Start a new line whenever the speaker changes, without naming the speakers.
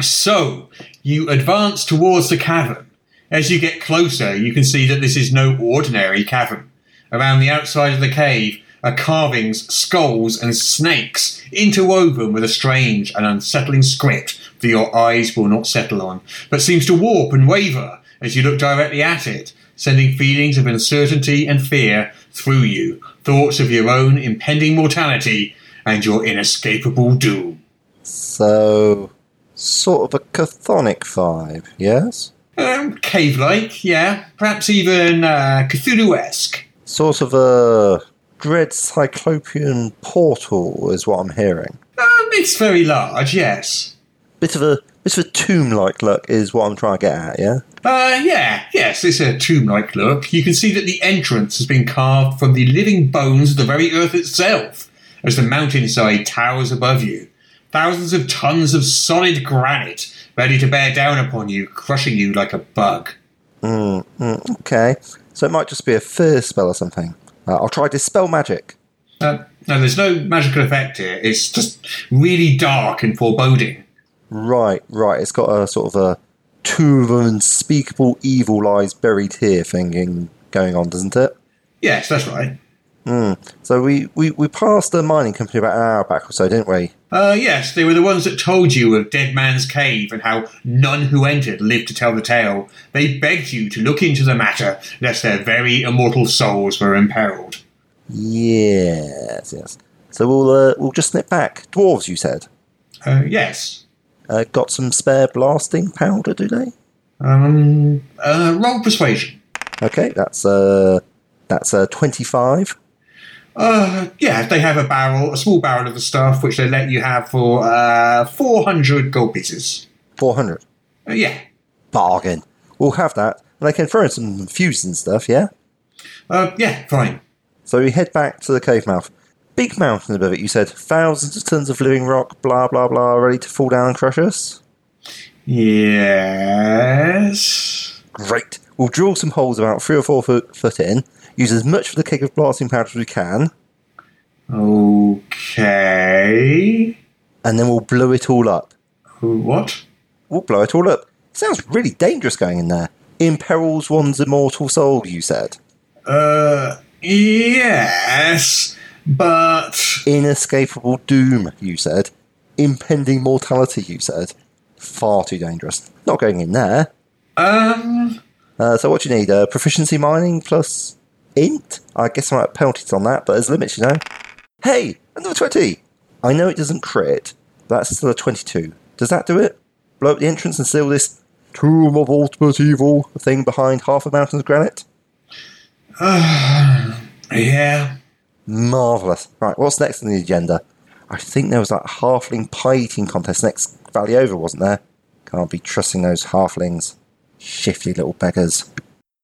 So, you advance towards the cavern. As you get closer, you can see that this is no ordinary cavern. Around the outside of the cave are carvings, skulls, and snakes interwoven with a strange and unsettling script that your eyes will not settle on, but seems to warp and waver as you look directly at it, sending feelings of uncertainty and fear through you, thoughts of your own impending mortality and your inescapable doom.
So, sort of a chthonic vibe, yes?
Um, cave like, yeah. Perhaps even uh, Cthulhu esque.
Sort of a dread cyclopean portal is what I'm hearing.
Um, it's very large, yes.
Bit of a bit of a tomb-like look is what I'm trying to get at, yeah?
Uh, yeah, yes, it's a tomb like look. You can see that the entrance has been carved from the living bones of the very earth itself as the mountainside towers above you. Thousands of tons of solid granite ready to bear down upon you, crushing you like a bug.
Mm, mm, okay. So it might just be a fear spell or something. Uh, I'll try dispel magic.
Uh, no, there's no magical effect here. It's just really dark and foreboding.
Right, right. It's got a sort of a two of unspeakable evil lies buried here thing in, going on, doesn't it?
Yes, that's right.
Mm. So we, we, we passed the mining company about an hour back or so, didn't we?
Uh, yes, they were the ones that told you of Dead Man's Cave and how none who entered lived to tell the tale. They begged you to look into the matter, lest their very immortal souls were imperiled.
Yes, yes. So we'll uh, we'll just snip back. Dwarves, you said.
Uh, yes.
Uh, got some spare blasting powder, do they?
Um, uh, roll persuasion.
Okay, that's uh that's uh twenty five.
Uh, yeah, they have a barrel, a small barrel of the stuff, which they let you have for uh, 400 gold pieces.
Four hundred.
Uh, yeah.
Bargain. We'll have that. And they can throw in some fuse and stuff, yeah?
Uh, yeah, fine.
So we head back to the cave mouth. Big mountain above it, you said. Thousands of tons of living rock, blah, blah, blah, ready to fall down and crush us.
Yes.
Great. We'll drill some holes about three or four foot, foot in, use as much of the cake of blasting powder as we can,
Okay.
and then we'll blow it all up.
Who- What?
We'll blow it all up. Sounds really dangerous going in there. Imperils one's immortal soul, you said.
Uh, yes, but.
Inescapable doom, you said. Impending mortality, you said. Far too dangerous. Not going in there.
Um,
Uh, so what do you need? Uh, proficiency mining plus int? I guess I might have penalties on that, but there's limits, you know. Hey, another 20! I know it doesn't crit, but that's still a 22. Does that do it? Blow up the entrance and seal this tomb of ultimate evil thing behind half a mountain of granite?
yeah.
Marvellous. Right, what's next on the agenda? I think there was that halfling pie eating contest next valley over, wasn't there? Can't be trusting those halflings. Shifty little beggars.